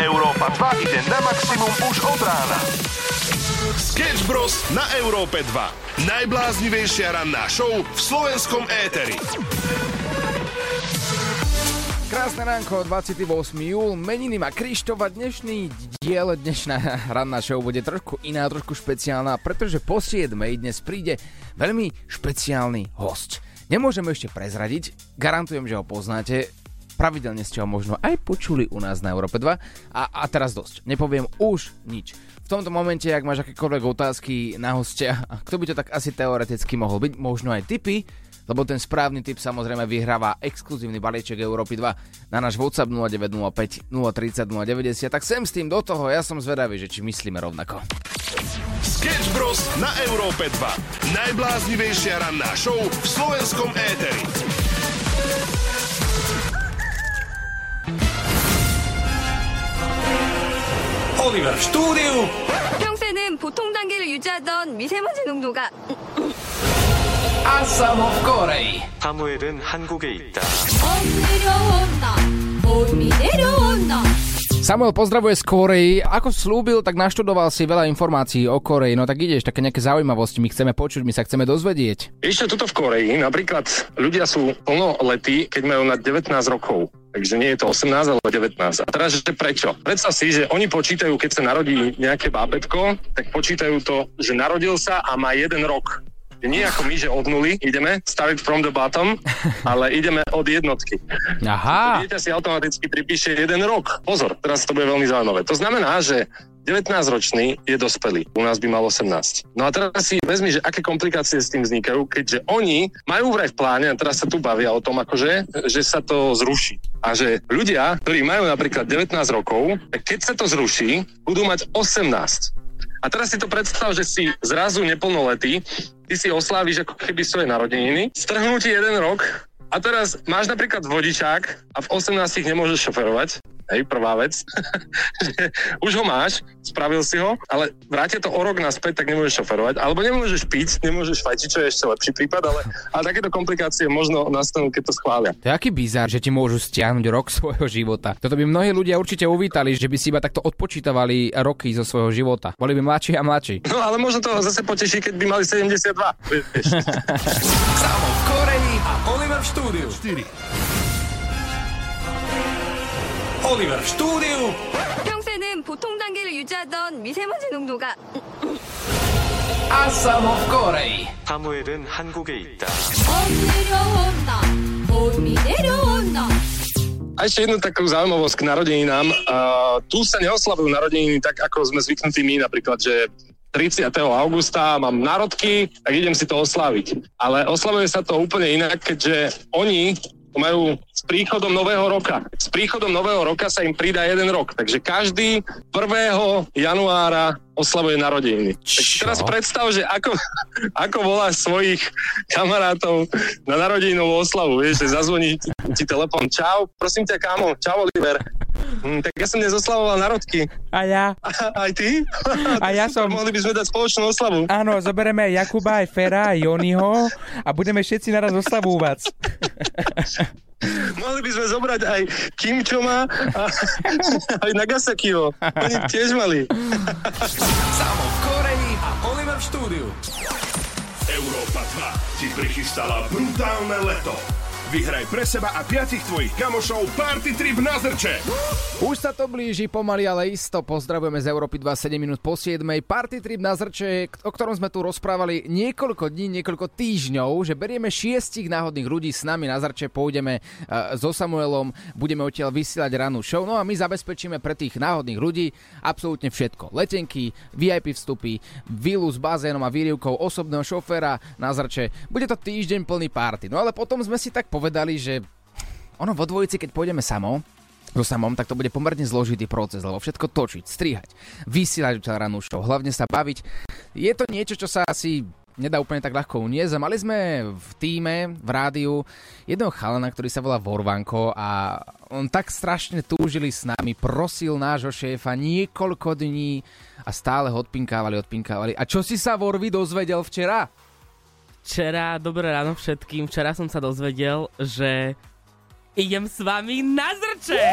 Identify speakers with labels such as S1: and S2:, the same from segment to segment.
S1: Európa 2 ide na maximum už od rána.
S2: Sketch Bros. na Európe 2. Najbláznivejšia ranná show v slovenskom éteri.
S3: Krásne ránko, 28. júl, meniny má Krištof a dnešný diel, dnešná ranná show bude trošku iná, trošku špeciálna, pretože po 7. dnes príde veľmi špeciálny host. Nemôžem ešte prezradiť, garantujem, že ho poznáte, pravidelne ste ho možno aj počuli u nás na Európe 2 a, a teraz dosť, nepoviem už nič. V tomto momente, ak máš akékoľvek otázky na hostia, kto by to tak asi teoreticky mohol byť, možno aj tipy, lebo ten správny typ samozrejme vyhráva exkluzívny balíček Európy 2 na náš WhatsApp 0905 030 090, tak sem s tým do toho, ja som zvedavý, že či myslíme rovnako.
S2: Sketch Bros. na Európe 2. Najbláznivejšia ranná show v slovenskom éteri.
S4: Oliver v štúdiu
S5: 평소에는 보통 단계를 유지하던 미세먼지 농도가
S3: A samo v Koreji.
S6: 사무엘은 한국에 있다.
S5: 내려온다 봄이 내려온다
S3: Samuel pozdravuje z Korei. Ako slúbil, tak naštudoval si veľa informácií o Koreji. No tak ideš, také nejaké zaujímavosti my chceme počuť, my sa chceme dozvedieť.
S7: Ešte tuto v Koreji, napríklad ľudia sú plnoletí, keď majú na 19 rokov. Takže nie je to 18, ale 19. A teraz, že prečo? Predstav si, že oni počítajú, keď sa narodí nejaké bábetko, tak počítajú to, že narodil sa a má jeden rok. Nie ako my, že od nuly ideme, start from the bottom, ale ideme od jednotky.
S3: Aha,
S7: Dieťa si automaticky pripíše jeden rok. Pozor, teraz to bude veľmi zaujímavé. To znamená, že 19-ročný je dospelý. U nás by mal 18. No a teraz si vezmi, že aké komplikácie s tým vznikajú, keďže oni majú vraj v pláne, a teraz sa tu bavia o tom, akože, že sa to zruší. A že ľudia, ktorí majú napríklad 19 rokov, tak keď sa to zruší, budú mať 18. A teraz si to predstav, že si zrazu neplnoletý, ty si osláviš ako keby svoje narodeniny, strhnú ti jeden rok a teraz máš napríklad vodičák a v 18 nemôžeš šoferovať. Hej, prvá vec. Že Už ho máš, spravil si ho, ale vráte to o rok naspäť, tak nemôžeš šoferovať. Alebo nemôžeš piť, nemôžeš fajčiť, čo je ešte lepší prípad, ale, ale takéto komplikácie možno nastanú, keď to schvália.
S3: to je aký bizar, že ti môžu stiahnuť rok svojho života. Toto by mnohí ľudia určite uvítali, že by si iba takto odpočítavali roky zo svojho života. Boli by mladší a mladší.
S7: No ale možno to zase poteší, keď by mali 72. Vieš.
S4: Samo v Koreji a Oliver v štúdiu
S2: 4.
S4: Oliver v štúdiu
S5: 평소에는 보통 단계를 유지하던 미세먼지 농도가
S3: A samo v Koreji.
S6: 사무엘은 한국에 있다.
S5: 봄 내려온다 봄이 내려온다
S7: A ešte jednu takú zaujímavosť k narodeninám. Uh, tu sa neoslavujú narodeniny tak, ako sme zvyknutí my, napríklad, že 30. augusta mám narodky, tak idem si to oslaviť. Ale oslavuje sa to úplne inak, keďže oni to majú s príchodom nového roka. S príchodom nového roka sa im pridá jeden rok. Takže každý 1. januára oslavuje narodeniny. Tak
S3: Čo?
S7: teraz predstav, že ako, ako voláš svojich kamarátov na narodeninovú oslavu, vieš, že zazvoní ti, ti telefon. Čau, prosím ťa, kámo, čau, Oliver. Hm, tak ja som dnes oslavoval narodky.
S8: A ja,
S7: Aj ty?
S8: a ja som...
S7: Mohli by sme dať spoločnú oslavu.
S8: Áno, zoberieme aj Jakuba, aj Fera, aj Joniho a budeme všetci naraz oslavúvať.
S7: Mohli by sme zobrať aj Kim Choma a aj Nagasakiho. Oni tiež mali.
S4: Samo v Koreji a Oliver v štúdiu
S2: Európa 2 ti prichystala brutálne leto. Vyhraj pre seba a piatich tvojich kamošov party trip na zrče.
S3: Už sa to blíži pomaly, ale isto. Pozdravujeme z Európy 27 minút po 7. Party trip na Zrče, k- o ktorom sme tu rozprávali niekoľko dní, niekoľko týždňov, že berieme šiestich náhodných ľudí s nami na Zrče, pôjdeme eh, so Samuelom, budeme odtiaľ vysielať ranú show, no a my zabezpečíme pre tých náhodných ľudí absolútne všetko. Letenky, VIP vstupy, vilu s bazénom a výrivkou osobného šoféra na Zrče. Bude to týždeň plný party. No ale potom sme si tak povedali, že ono vo dvojici, keď pôjdeme samo, so samom, tak to bude pomerne zložitý proces, lebo všetko točiť, strihať, vysielať sa ranú show, hlavne sa baviť. Je to niečo, čo sa asi nedá úplne tak ľahko uniesť. A Mali sme v týme, v rádiu, jedného chalana, ktorý sa volá Vorvanko a on tak strašne túžili s nami, prosil nášho šéfa niekoľko dní a stále ho odpinkávali, odpinkávali. A čo si sa Vorvi dozvedel včera?
S9: Včera, dobré ráno všetkým, včera som sa dozvedel, že idem s vami na zrče!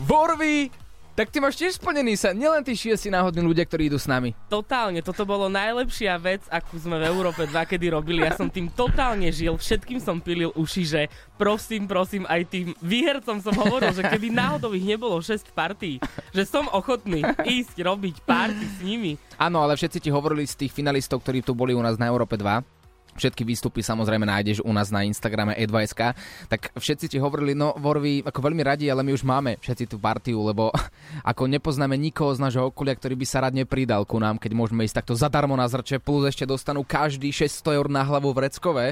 S3: Vorvi, Tak ty máš tiež splnený sa, nielen tí šiesti náhodní ľudia, ktorí idú s nami.
S9: Totálne, toto bolo najlepšia vec, akú sme v Európe dva kedy robili. Ja som tým totálne žil, všetkým som pilil uši, že prosím, prosím, aj tým výhercom som hovoril, že keby náhodou ich nebolo 6 partí, že som ochotný ísť robiť party s nimi.
S3: Áno, ale všetci ti hovorili z tých finalistov, ktorí tu boli u nás na Európe 2. Všetky výstupy samozrejme nájdeš u nás na Instagrame e2sk. Tak všetci ti hovorili, no Vorvi, ako veľmi radi, ale my už máme všetci tú partiu, lebo ako nepoznáme nikoho z nášho okolia, ktorý by sa radne pridal ku nám, keď môžeme ísť takto zadarmo na zrče, plus ešte dostanú každý 600 eur na hlavu v Reckove.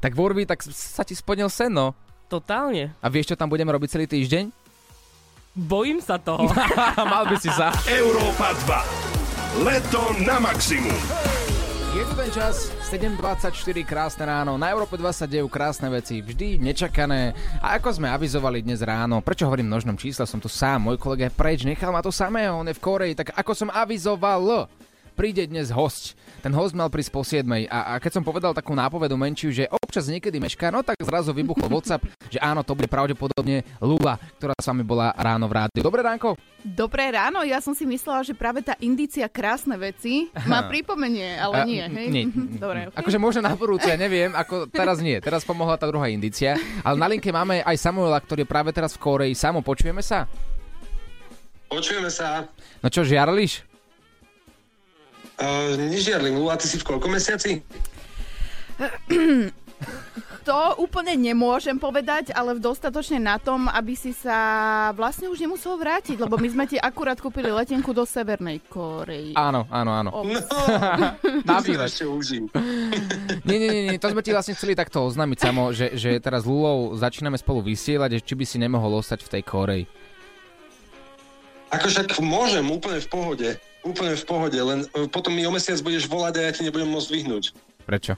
S3: Tak Vorvi, tak sa ti splnil sen, no.
S9: Totálne.
S3: A vieš, čo tam budeme robiť celý týždeň?
S9: Bojím sa toho.
S3: Mal by si sa.
S2: Európa 2. Leto na maximum.
S3: Je tu ten čas, 7.24, krásne ráno. Na Európe 2 sa dejú krásne veci, vždy nečakané. A ako sme avizovali dnes ráno, prečo hovorím v množnom čísle, som tu sám, môj kolega je preč, nechal ma to samého, on je v Koreji, tak ako som avizoval, príde dnes host. Ten host mal prísť po 7. A, a keď som povedal takú nápovedu menšiu, že občas niekedy mešká, no tak zrazu vybuchol WhatsApp, že áno, to bude pravdepodobne Lula, ktorá s vami bola ráno v rádiu. Dobré ránko.
S10: Dobré ráno, ja som si myslela, že práve tá indícia krásne veci ma pripomenie, ale
S3: A,
S10: nie.
S3: m,
S10: Hej?
S3: nie.
S10: Mhm, Dobre, okay.
S3: Akože možno na budúce, neviem, ako teraz nie. Teraz pomohla tá druhá indícia. Ale na linke máme aj Samuela, ktorý je práve teraz v Koreji. Samo, počujeme sa?
S7: Počujeme sa.
S3: No čo, žiarliš?
S7: Uh, Nižiarlin, Lula, ty si v koľko mesiaci?
S10: to úplne nemôžem povedať, ale dostatočne na tom, aby si sa vlastne už nemusel vrátiť, lebo my sme ti akurát kúpili letenku do Severnej Korei.
S3: Áno, áno, áno.
S10: O.
S7: No,
S3: Na
S7: to si
S3: výlet.
S7: ešte užím.
S3: Nie, nie, nie, nie, to sme ti vlastne chceli takto oznámiť, Samo, že, že teraz s Lulou začíname spolu vysielať, že či by si nemohol ostať v tej Koreji.
S7: Ako však môžem, úplne v pohode. Úplne v pohode, len e, potom mi o mesiac budeš volať a ja ti nebudem môcť vyhnúť.
S3: Prečo?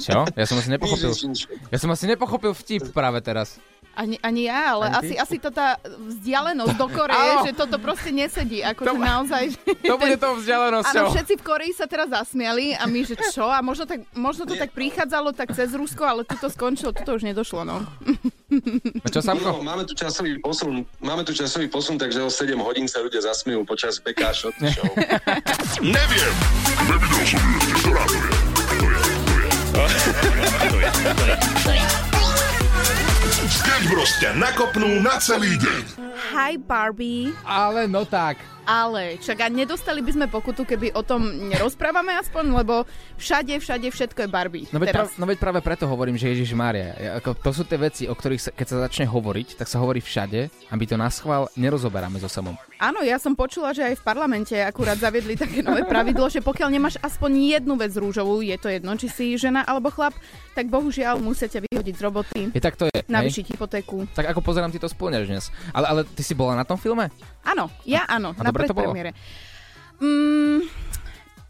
S3: Čo? Ja som asi nepochopil.
S7: Nič, nič, nič.
S3: Ja som asi nepochopil vtip práve teraz.
S10: Ani, ani ja, ale asi, asi tá, tá vzdialenosť do Koreje,
S3: Áno.
S10: že toto proste nesedí. Akože
S3: To-
S10: naozaj... Že
S3: To bude
S10: ten-
S3: tou vzdialenosťou.
S10: Áno, všetci v Koreji sa teraz zasmiali a my, že čo? A možno, tak, možno to tak prichádzalo tak cez Rusko, ale toto skončilo, toto už nedošlo, no.
S3: No čo,
S7: No,
S3: Samko?
S7: máme tu časový posun, máme tu časový posun, takže o 7 hodín sa ľudia zasmejú počas BK Shot Show.
S2: Neviem. Nevidel som ju ešte, ktorá to je. To je, to je. To je, to je. Sketch Bros ťa nakopnú na celý deň.
S10: Hi Barbie.
S3: Ale no tak.
S10: Ale čak a nedostali by sme pokutu, keby o tom nerozprávame aspoň, lebo všade, všade všetko je Barbie.
S3: No veď, prav,
S10: teraz.
S3: no veď práve preto hovorím, že Ježiš Mária, ja- ako, to sú tie veci, o ktorých sa, keď sa začne hovoriť, tak sa hovorí všade a my to na schvál nerozoberáme so samom.
S10: Áno, ja som počula, že aj v parlamente akurát zaviedli také nové pravidlo, že pokiaľ nemáš aspoň jednu vec rúžovú, je to jedno, či si žena alebo chlap, tak bohužiaľ musíte vyhodiť z roboty,
S3: Je tak to je, hej?
S10: navýšiť hypotéku.
S3: Tak ako pozerám, ty to spĺňaš dnes. Ale, ale ty si bola na tom filme?
S10: Áno, ja áno,
S3: a
S10: na
S3: dobre to bolo?
S10: predpremiére. Mm,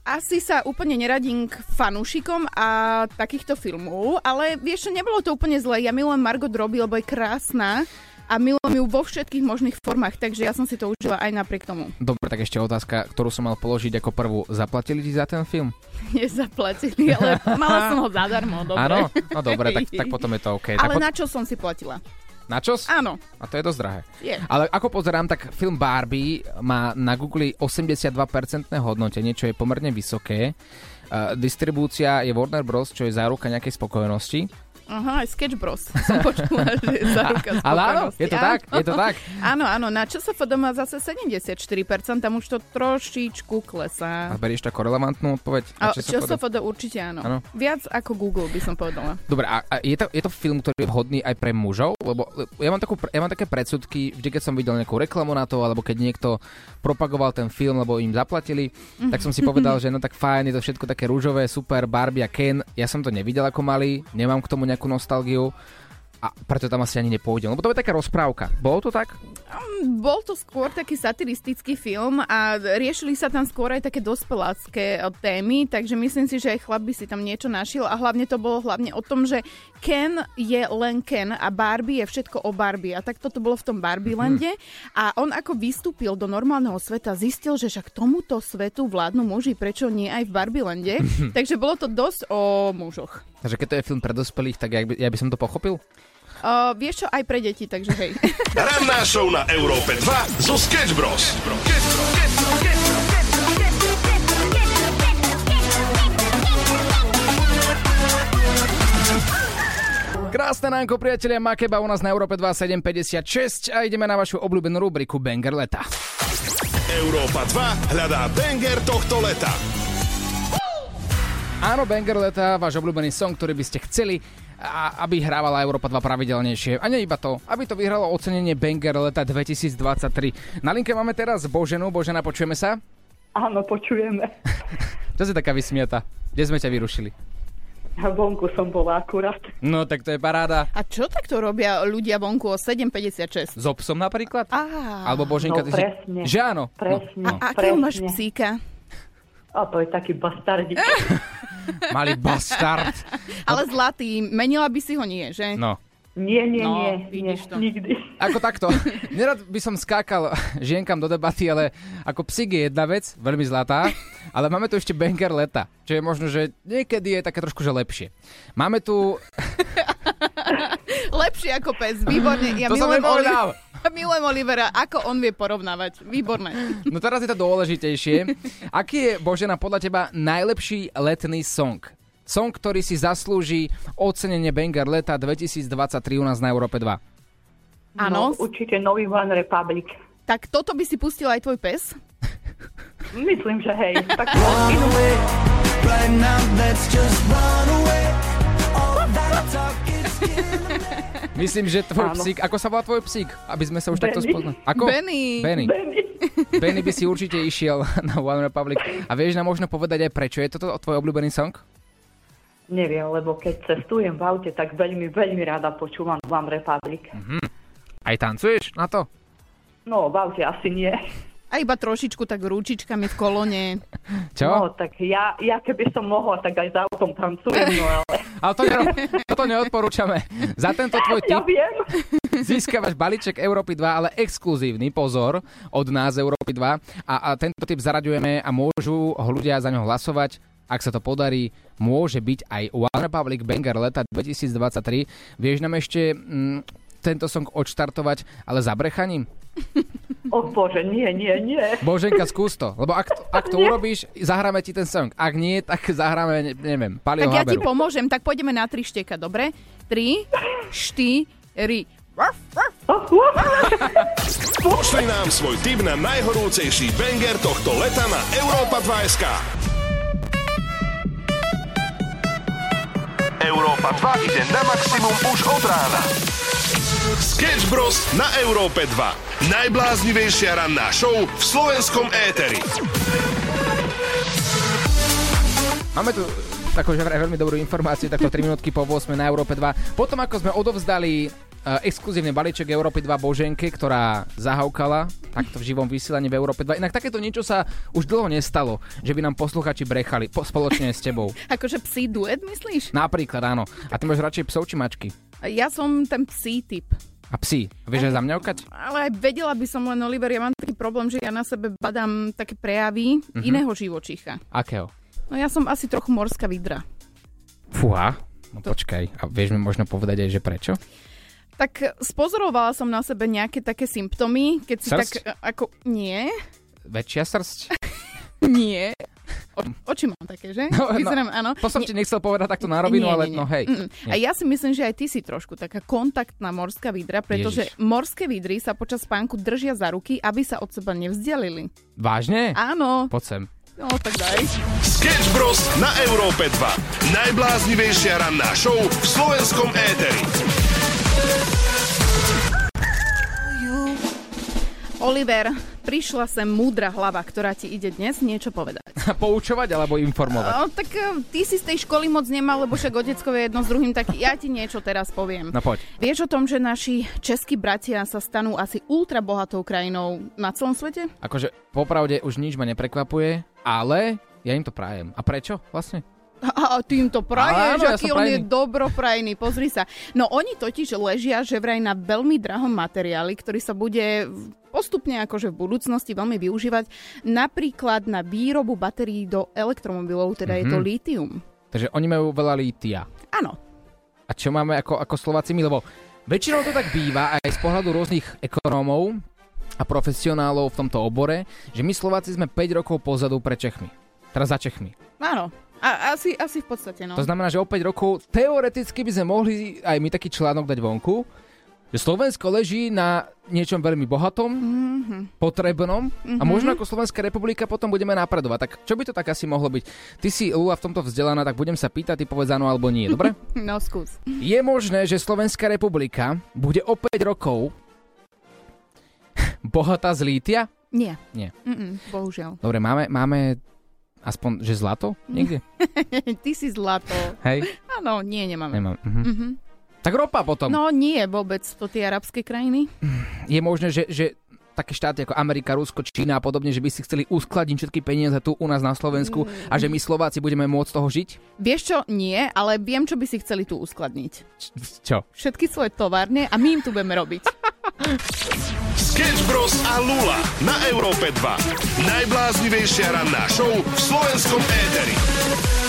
S10: asi sa úplne neradím k fanúšikom a takýchto filmov, ale vieš, čo, nebolo to úplne zle. Ja milujem Margot Robbie, lebo je krásna a milujem ju vo všetkých možných formách, takže ja som si to užila aj napriek tomu.
S3: Dobre, tak ešte otázka, ktorú som mal položiť ako prvú. Zaplatili ti za ten film?
S10: Nezaplatili, ale mala som ho zadarmo, dobre.
S3: Áno? No dobre, tak, tak potom je to OK. tak
S10: Ale
S3: pot-
S10: na čo som si platila?
S3: na čos?
S10: Áno,
S3: A to je dosť drahé.
S10: je.
S3: Ale ako pozerám, tak film Barbie má na Google 82% hodnotenie, čo je pomerne vysoké. Uh, distribúcia je Warner Bros., čo je záruka nejakej spokojnosti.
S10: Aha, aj Sketch Bros. Som počula, že je záruka
S3: Ale áno,
S10: spokojnosti.
S3: je to tak,
S10: Áno.
S3: je to tak.
S10: Áno, áno, na ČSFD má zase 74%, tam už to
S3: A
S10: trošičku klesá.
S3: berieš takú relevantnú odpoveď? Na
S10: A
S3: ČSFD?
S10: ČSFD určite áno.
S3: Áno.
S10: Viac ako Google by som povedala.
S3: Dobre, a, a je, to, je to film, ktorý je vhodný aj pre mužov? Lebo e, ja mám, takú, pre- ja mám také predsudky, vždy keď som videl nejakú reklamu na to, alebo keď niekto propagoval ten film, lebo im zaplatili, tak som si povedal, že no tak fajn, je to všetko také rúžové, super, Barbie a Ken. Ja som to nevidel ako malý, nemám k tomu nejakú nostalgiu a preto tam asi ani nepôjdem. Lebo to je taká rozprávka. Bolo to tak?
S10: Bol to skôr taký satiristický film a riešili sa tam skôr aj také dospelácké e, témy, takže myslím si, že aj chlap by si tam niečo našiel a hlavne to bolo hlavne o tom, že Ken je len Ken a Barbie je všetko o Barbie a tak toto bolo v tom Barbielande a on ako vystúpil do normálneho sveta, zistil, že však tomuto svetu vládnu muži, prečo nie aj v Barbielande, takže bolo to dosť o mužoch.
S3: Takže keď to je film pre dospelých, tak ja by, ja by som to pochopil?
S10: Uh, vieš čo, aj pre deti, takže hej.
S2: Ranná show na Európe 2 zo Sketch Bros.
S3: Krásne ránko, priatelia Makeba u nás na Európe 2756 a ideme na vašu obľúbenú rubriku Banger leta.
S2: Európa 2 hľadá banger tohto leta.
S3: Áno, Banger leta, váš obľúbený song, ktorý by ste chceli, a aby hrávala Európa 2 pravidelnejšie. A nie iba to, aby to vyhralo ocenenie Banger leta 2023. Na linke máme teraz Boženu. Božena, počujeme sa?
S11: Áno, počujeme.
S3: Čo si taká vysmiata? Kde sme ťa vyrušili?
S11: Vonku som bola akurát.
S3: No, tak to je paráda.
S10: A čo takto robia ľudia vonku o 7.56?
S3: So psom napríklad?
S10: Á,
S3: Alebo Boženka,
S11: no,
S3: ty
S11: presne.
S3: si... Že áno?
S11: Presne.
S3: No, no.
S10: a akého máš
S11: presne.
S10: psíka?
S11: A to je taký bastardík.
S3: Malý bastard.
S10: Ale zlatý, menila by si ho nie, že?
S3: No.
S11: Nie, nie, nie,
S10: No,
S11: nie,
S10: vidíš to.
S11: nikdy.
S3: Ako takto. Nerad by som skákal žienkam do debaty, ale ako psík je jedna vec, veľmi zlatá, ale máme tu ešte banger leta, čo je možno, že niekedy je také trošku, že lepšie. Máme tu...
S10: Lepšie ako pes, výborne. Ja
S3: To som
S10: milujem Oli-
S3: nepovedal.
S10: Milujem Olivera, ako on vie porovnávať. Výborné.
S3: No teraz je to dôležitejšie. Aký je, Božena, podľa teba najlepší letný song? Song, ktorý si zaslúži ocenenie Banger leta 2023 u nás na Európe 2.
S11: No,
S10: Áno,
S11: určite nový One Republic.
S10: tak toto by si pustil aj tvoj pes?
S11: Myslím, že hej. Tak
S3: Myslím, že tvoj
S11: Áno.
S3: psík... Ako sa volá tvoj psík? Aby sme sa už takto
S11: Benny.
S3: spoznali. Ako?
S10: Benny.
S3: Benny.
S11: Benny.
S3: Benny by si určite išiel na One Republic. A vieš nám možno povedať aj prečo je toto tvoj obľúbený song?
S11: Neviem, lebo keď cestujem v aute, tak veľmi, veľmi rada počúvam One Republic.
S3: Aj tancuješ na to?
S11: No, v aute asi nie.
S10: A iba trošičku tak ručičkami v kolone.
S11: No,
S3: Čo?
S11: tak ja, ja keby som mohla, tak aj za autom tancujem, no ale
S3: Ale to, nero- toto neodporúčame. Za tento tvoj
S11: ja
S3: tip
S11: viem.
S3: získavaš balíček Európy 2, ale exkluzívny, pozor, od nás Európy 2. A, a tento tip zaraďujeme a môžu ho ľudia za ňo hlasovať. Ak sa to podarí, môže byť aj One Republic Banger leta 2023. Vieš nám ešte mm, tento song odštartovať, ale zabrechaním?
S11: O bože, nie, nie, nie.
S3: Boženka, skús to. Lebo ak, to- ak to urobíš, zahráme ti ten song. Ak nie, tak zahráme, ne- neviem, Palio
S10: Tak ja ti
S3: Haberu.
S10: pomôžem, tak pôjdeme na tri šteka, dobre? Tri, štyri. Ruff, ruff.
S2: Pošli nám svoj tip na najhorúcejší banger tohto leta na Európa 2 SK.
S1: Európa 2 ide na maximum už od rána.
S2: Sketch Bros. na Európe 2. Najbláznivejšia ranná show v slovenskom éteri.
S3: Máme tu takú že vraj veľmi dobrú informáciu, takto 3 minútky po 8 na Európe 2. Potom ako sme odovzdali uh, exkluzívny balíček Európy 2 Boženke, ktorá zahaukala takto v živom vysielaní v Európe 2. Inak takéto niečo sa už dlho nestalo, že by nám posluchači brechali po, spoločne s tebou.
S10: Akože psí duet, myslíš?
S3: Napríklad, áno. A ty máš radšej psov či mačky?
S10: Ja som ten psí typ.
S3: A psi. Vieš aj zamňaukať?
S10: Ale aj vedela by som len, Oliver, ja mám taký problém, že ja na sebe badám také prejavy
S3: Mhm.
S10: iného živočícha.
S3: Akého?
S10: No ja som asi trochu morská vidra.
S3: Fúha. No počkaj, a vieš mi možno povedať aj, že prečo?
S10: Tak spozorovala som na sebe nejaké také symptómy, keď si
S3: Srst?
S10: tak e, ako... Nie,
S3: Väčšia srst?
S10: nie. O, oči mám také, že?
S3: No, no.
S10: Vyzerám, áno.
S3: To som ti
S10: Nie,
S3: nechcel povedať takto na rovinu, ale no hej.
S10: Mm, mm. A ja si myslím, že aj ty si trošku taká kontaktná morská vidra, pretože
S3: Ježiš.
S10: morské vidry sa počas spánku držia za ruky, aby sa od seba nevzdialili.
S3: Vážne?
S10: Áno.
S3: Poď sem.
S10: No, tak daj.
S2: Sketch Bros. na Európe 2. Najbláznivejšia ranná show v slovenskom éteri.
S10: Oliver, prišla sem múdra hlava, ktorá ti ide dnes niečo povedať.
S3: Poučovať alebo informovať?
S10: O, tak e, ty si z tej školy moc nemal, lebo však otecko je jedno s druhým, tak ja ti niečo teraz poviem.
S3: No poď.
S10: Vieš o tom, že naši českí bratia sa stanú asi ultra bohatou krajinou na celom svete?
S3: Akože popravde už nič ma neprekvapuje, ale ja im to prajem. A prečo vlastne?
S10: A, a ty im to praješ,
S3: Áno, ja
S10: aký
S3: som
S10: on je
S3: prajný.
S10: dobroprajný, pozri sa. No oni totiž ležia že vraj na veľmi drahom materiáli, ktorý sa bude v- postupne akože v budúcnosti veľmi využívať, napríklad na výrobu batérií do elektromobilov, teda mm-hmm. je to
S3: Mhm.
S10: lítium.
S3: Takže oni majú veľa lítia.
S10: Áno,
S3: A čo máme ako, ako Slováci my? Lebo Väčšinou to tak býva aj z pohľadu rôznych ekonómov a profesionálov v tomto obore, že my Slováci sme 5 rokov pozadu pre Čechmi. Teraz za Čechmi.
S10: Áno. A, asi, asi v podstate, no.
S3: To znamená, že o 5 rokov teoreticky by sme mohli aj my taký článok dať vonku, že Slovensko leží na niečom veľmi bohatom,
S10: mm-hmm.
S3: potrebnom a
S10: Mhm.
S3: možno ako Slovenská republika potom budeme napredovať. Tak čo by to tak asi mohlo byť? Ty si, Lula, v tomto vzdelaná, tak budem sa pýtať, ty povedz áno alebo nie, dobre?
S10: No, skús.
S3: Je možné, že Slovenská republika bude o 5 rokov bohatá z lítia?
S10: Nie.
S3: Nie.
S10: Mm-mm, bohužiaľ.
S3: Dobre, máme, máme aspoň, že zlato? Niekde?
S10: Mhm. Ty si zlato.
S3: Hej,
S10: Áno, nie, nemáme.
S3: nemám. Mhm.
S10: Mhm.
S3: Tak ropa potom.
S10: No nie vôbec to tie arabské krajiny.
S3: Je možné, že, že také štáty ako Amerika, Rusko, Čína a podobne, že by si chceli uskladniť všetky peniaze tu u nás na Slovensku a že my Slováci budeme môcť z toho žiť?
S10: Vieš čo? Nie, ale viem, čo by si chceli tu uskladniť.
S3: Čo?
S10: Všetky svoje továrne a my im tu budeme robiť.
S2: Sketch Bros. a Lula na Európe 2. Najbláznivejšia ranná show v slovenskom éteri.